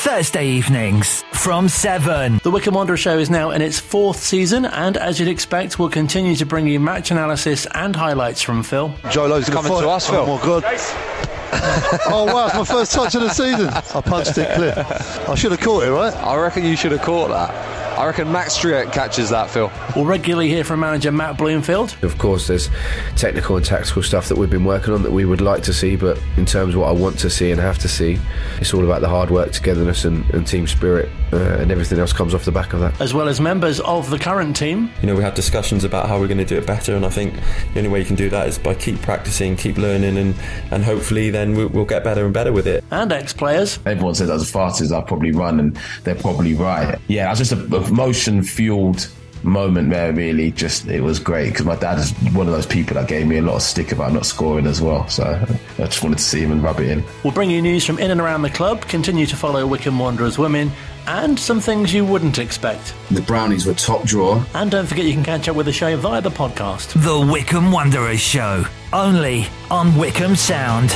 Thursday evenings from 7. The Wickham Wanderer Show is now in its fourth season, and as you'd expect, we'll continue to bring you match analysis and highlights from Phil. Joe Lowe's gonna Coming to fight. us, Phil. Oh my god. oh wow, it's my first touch of the season. I punched it clear. I should have caught it, right? I reckon you should have caught that. I reckon Max Striot catches that, Phil. We'll regularly hear from manager Matt Bloomfield, Of course, there's technical and tactical stuff that we've been working on that we would like to see, but in terms of what I want to see and have to see, it's all about the hard work, togetherness, and, and team spirit, uh, and everything else comes off the back of that. as well as members of the current team. you know, we had discussions about how we're going to do it better, and I think the only way you can do that is by keep practicing, keep learning, and and hopefully then we'll, we'll get better and better with it. and ex players. everyone says as fast as I probably run, and they're probably right. Yeah, it was just a, emotion fueled moment there. Really, just it was great because my dad is one of those people that gave me a lot of stick about not scoring as well. So I just wanted to see him and rub it in. We'll bring you news from in and around the club, continue to follow Wickham Wanderers women, and some things you wouldn't expect. The Brownies were top drawer. And don't forget you can catch up with the show via the podcast. The Wickham Wanderers Show. Only on Wickham Sound.